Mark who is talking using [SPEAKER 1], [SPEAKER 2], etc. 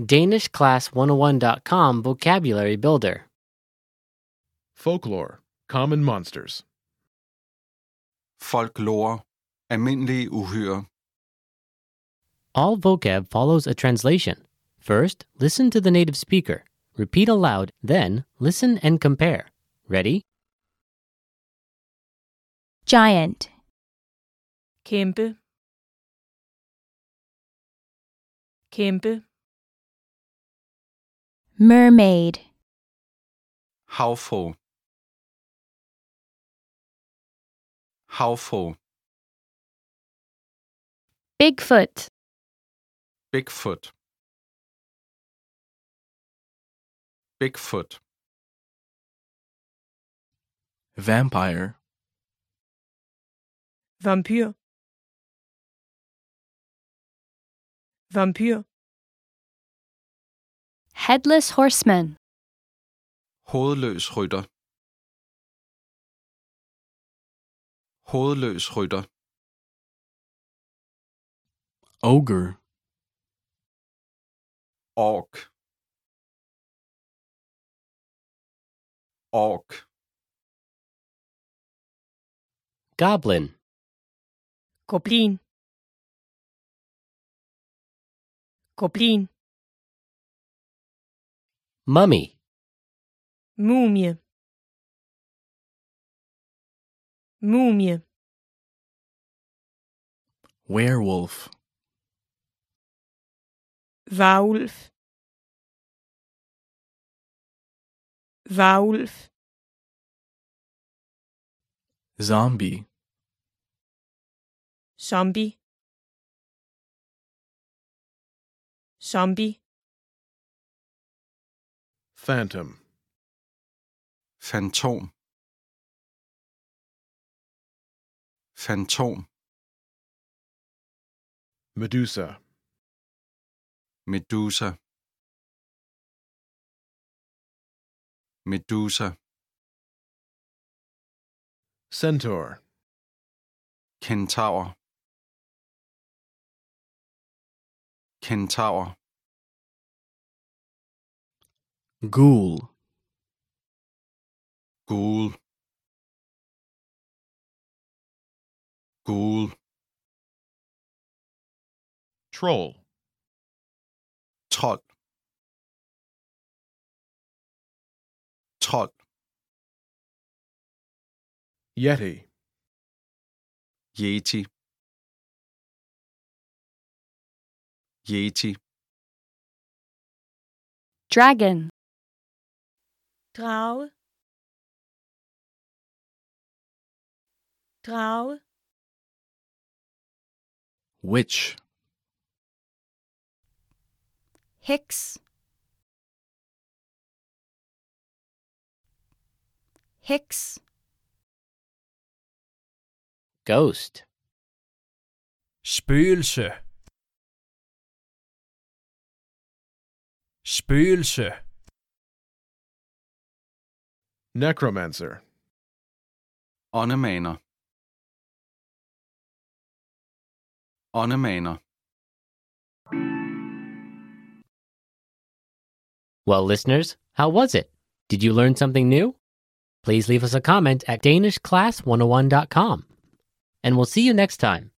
[SPEAKER 1] DanishClass101.com Vocabulary Builder.
[SPEAKER 2] Folklore Common Monsters.
[SPEAKER 3] Folklore. Almindelige uhyre.
[SPEAKER 1] All vocab follows a translation. First, listen to the native speaker. Repeat aloud, then, listen and compare. Ready?
[SPEAKER 4] giant,
[SPEAKER 5] Kæmpe. Kæmpe.
[SPEAKER 4] mermaid,
[SPEAKER 3] Havfru. Havfru.
[SPEAKER 4] Bigfoot,
[SPEAKER 3] Bigfoot. Bigfoot.
[SPEAKER 6] vampire,
[SPEAKER 5] Vampyr. Vampyr.
[SPEAKER 4] headless horseman,
[SPEAKER 3] Hovedløs rytter. Hovedløs rytter.
[SPEAKER 6] ogre,
[SPEAKER 3] Ork. Ork.
[SPEAKER 1] Goblin.
[SPEAKER 5] Goblin. Goblin.
[SPEAKER 1] Mummy.
[SPEAKER 5] Mumie. Mumie.
[SPEAKER 6] werewolf,
[SPEAKER 5] Varulv. Varulv.
[SPEAKER 6] zombie,
[SPEAKER 5] Zombie. Zombie.
[SPEAKER 2] Phantom.
[SPEAKER 3] Fantom. Fantom.
[SPEAKER 2] Medusa.
[SPEAKER 3] Medusa. Medusa.
[SPEAKER 2] Centaur.
[SPEAKER 3] Kentaur. Kentaur.
[SPEAKER 6] ghoul,
[SPEAKER 3] Gul. Gul.
[SPEAKER 2] Troll.
[SPEAKER 3] Trold. Trold.
[SPEAKER 2] Yeti.
[SPEAKER 3] Yeti. Yeti.
[SPEAKER 4] dragon,
[SPEAKER 5] Drage. Drage.
[SPEAKER 6] witch,
[SPEAKER 4] Hicks, Hicks,
[SPEAKER 1] Ghost.
[SPEAKER 7] Spøgelse. Spøgelse.
[SPEAKER 2] Necromancer.
[SPEAKER 3] Åndemaner. Åndemaner.
[SPEAKER 1] Well, listeners, how was it? Did you learn something new? oh Please leave us a comment at DanishClass101.com. And we'll see you next time.